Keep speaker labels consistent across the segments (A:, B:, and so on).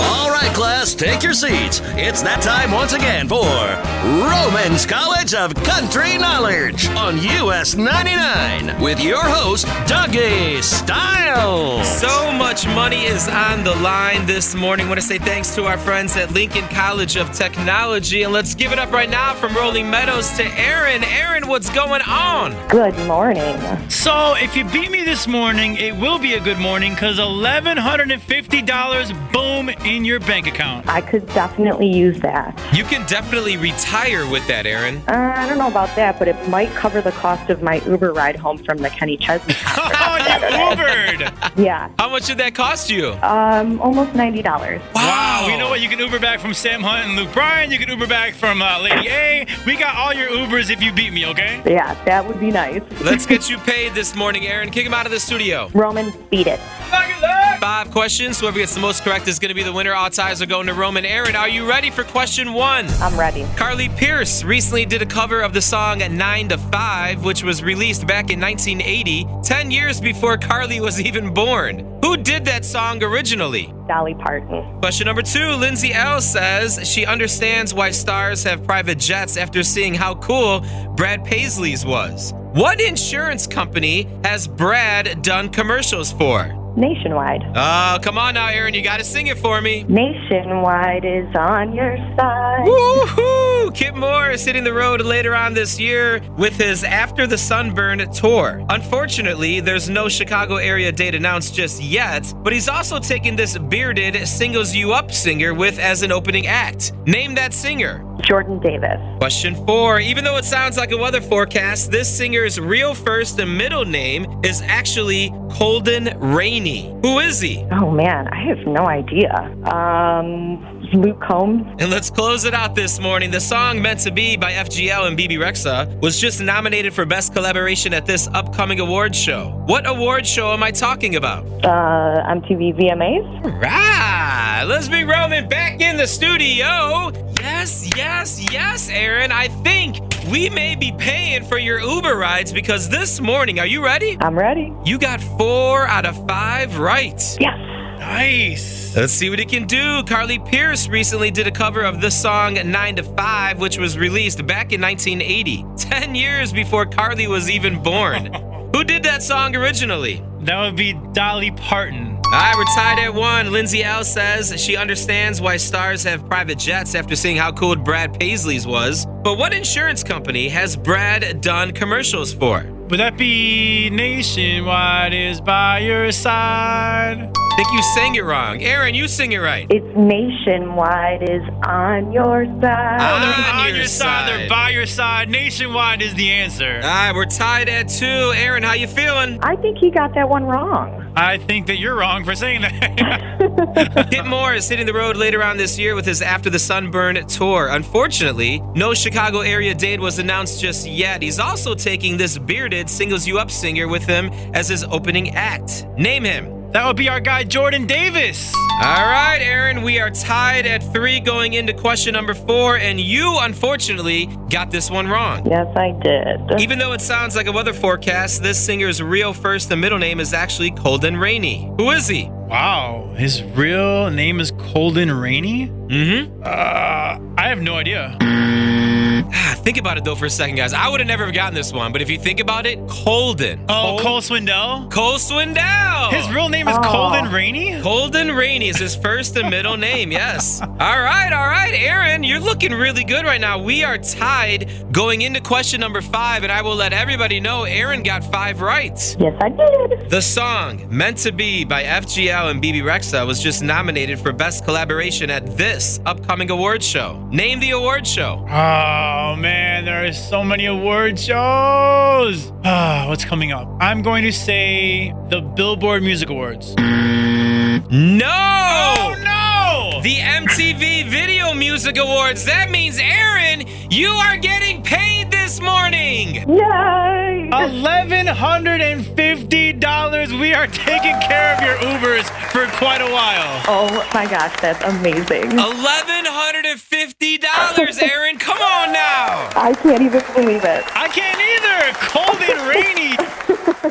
A: All right, class, take your seats. It's that time once again for Roman's College of Country Knowledge on US 99 with your host, Dougie Styles.
B: So much money is on the line this morning. want to say thanks to our friends at Lincoln College of Technology. And let's give it up right now from Rolling Meadows to Aaron. Aaron, what's going on?
C: Good morning.
D: So, if you beat me this morning, it will be a good morning because $1,150 boom in your bank account.
C: I could definitely use that.
B: You can definitely retire with that, Aaron.
C: Uh, I don't know about that, but it might cover the cost of my Uber ride home from the Kenny Chesney
D: Oh,
C: concert.
D: you Ubered!
C: yeah,
B: How much did that cost you?
C: um, almost ninety dollars.
D: Wow, you know what? You can Uber back from Sam Hunt and Luke Bryan. You can Uber back from uh, Lady A. We got all your Ubers if you beat me, okay?
C: Yeah, that would be nice.
B: Let's get you paid this morning, Aaron. Kick him out of the studio.
C: Roman, beat it.
B: Five questions. Whoever gets the most correct is going to be the winner. All ties are going to Roman. Aaron, are you ready for question one?
C: I'm ready.
B: Carly Pierce recently did a cover of the song 9 to 5, which was released back in 1980, 10 years before Carly was even born. Who did that song originally?
C: Dolly Parton.
B: Question number two Lindsay L says she understands why stars have private jets after seeing how cool Brad Paisley's was. What insurance company has Brad done commercials for?
C: Nationwide.
B: Oh, come on now, Aaron, you gotta sing it for me.
C: Nationwide is on your side.
B: Woohoo! Kip Moore is hitting the road later on this year with his After the Sunburn tour. Unfortunately, there's no Chicago area date announced just yet, but he's also taking this bearded Singles You Up singer with as an opening act. Name that singer.
C: Jordan Davis.
B: Question four. Even though it sounds like a weather forecast, this singer's real first and middle name is actually Colden Rainey. Who is he?
C: Oh man, I have no idea. Um, Luke Combs.
B: And let's close it out this morning. The song Meant to Be by FGL and BB Rexa was just nominated for Best Collaboration at this upcoming award show. What award show am I talking about?
C: Uh, MTV VMAs.
B: Right! Let's bring Roman back in the studio. Yes, yes, yes, Aaron. I think we may be paying for your Uber rides because this morning, are you ready?
C: I'm ready.
B: You got four out of five right.
C: Yes.
D: Nice.
B: Let's see what he can do. Carly Pierce recently did a cover of this song 9 to 5, which was released back in 1980, 10 years before Carly was even born. Who did that song originally?
D: That would be Dolly Parton.
B: All right, we're tied at one. Lindsay L says she understands why stars have private jets after seeing how cool Brad Paisley's was. But what insurance company has Brad done commercials for?
D: Would that be Nationwide is by your side?
B: I think you sang it wrong. Aaron, you sing it right.
C: It's nationwide is on your
B: Ah.
C: side.
B: On
D: They're
B: your
D: your side.
B: side. Ah.
D: They're by your side. Nationwide is the answer.
B: All right, we're tied at two. Aaron, how you feeling?
C: I think he got that one wrong.
D: I think that you're wrong for saying that.
B: Kit Moore is hitting the road later on this year with his After the Sunburn tour. Unfortunately, no Chicago area date was announced just yet. He's also taking this bearded Singles You Up singer with him as his opening act. Name him.
D: that would be our guy Jordan Davis.
B: All right, Aaron, we are tied at three going into question number four, and you unfortunately got this one wrong.
C: Yes, I did.
B: Even though it sounds like a weather forecast, this singer's real first and middle name is actually Colden Rainey. Who is he?
D: Wow, his real name is Colden Rainey.
B: Mm hmm.
D: Uh, I have no idea.
B: Ah, think about it though for a second, guys. I would have never gotten this one, but if you think about it, Colden.
D: Oh,
B: Col-
D: Cole Swindell.
B: Cole Swindell.
D: His real name is
C: Oh.
D: Colden Rainey.
B: Colden Rainey is his first and middle name. Yes. All right, all right, Aaron, you're looking really good right now. We are tied going into question number five, and I will let everybody know Aaron got five right.
C: Yes, I did.
B: The song Meant to Be by FGL and BB Rexa was just nominated for Best Collaboration at this upcoming award show. Name the award show.
D: Oh man, there are so many award shows. Ah, what's coming up? I'm going to say the Billboard Music Awards.
B: No!
D: Oh, no!
B: The MTV Video Music Awards. That means, Aaron, you are getting paid this morning.
C: Yay!
D: Oh. $1,150. We are taking care of your Ubers for quite a while.
C: Oh my gosh, that's
B: Oh.
C: amazing.
B: $1,150, Aaron. Come on now.
C: I can't even believe it.
D: I can't either. Cold and rainy.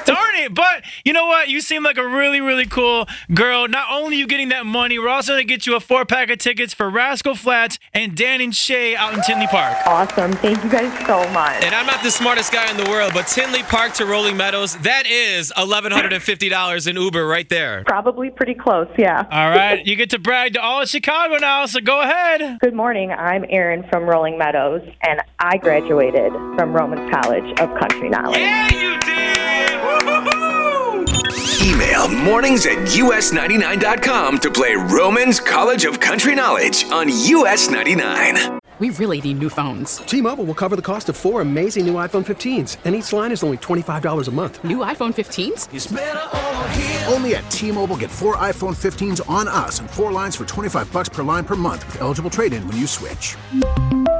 D: Darn it. But you know what? You seem like a really, really cool girl. Not only are you getting that money, we're also going to get you a four pack of tickets for Rascal Flats and Dan and Shay out in Tinley Park.
C: Awesome. Thank you guys so much.
B: And I'm not the smartest guy in the world, but Tinley Park to Rolling Meadows, that is $1,150 in Uber right there.
C: Probably pretty close, yeah.
D: All right. You get to brag to all of Chicago now, so go ahead.
C: Good morning. I'm Erin from Rolling Meadows, and I graduated from Romans College of Country Knowledge.
B: Yeah, you did. Woo-hoo-hoo.
E: Email mornings at us99.com to play Roman's College of Country Knowledge on US 99.
F: We really need new phones.
G: T-Mobile will cover the cost of four amazing new iPhone 15s, and each line is only $25 a month.
F: New iPhone 15s?
H: Only at T-Mobile get 4 iPhone 15s on us and 4 lines for 25 bucks per line per month with eligible trade-in when you switch.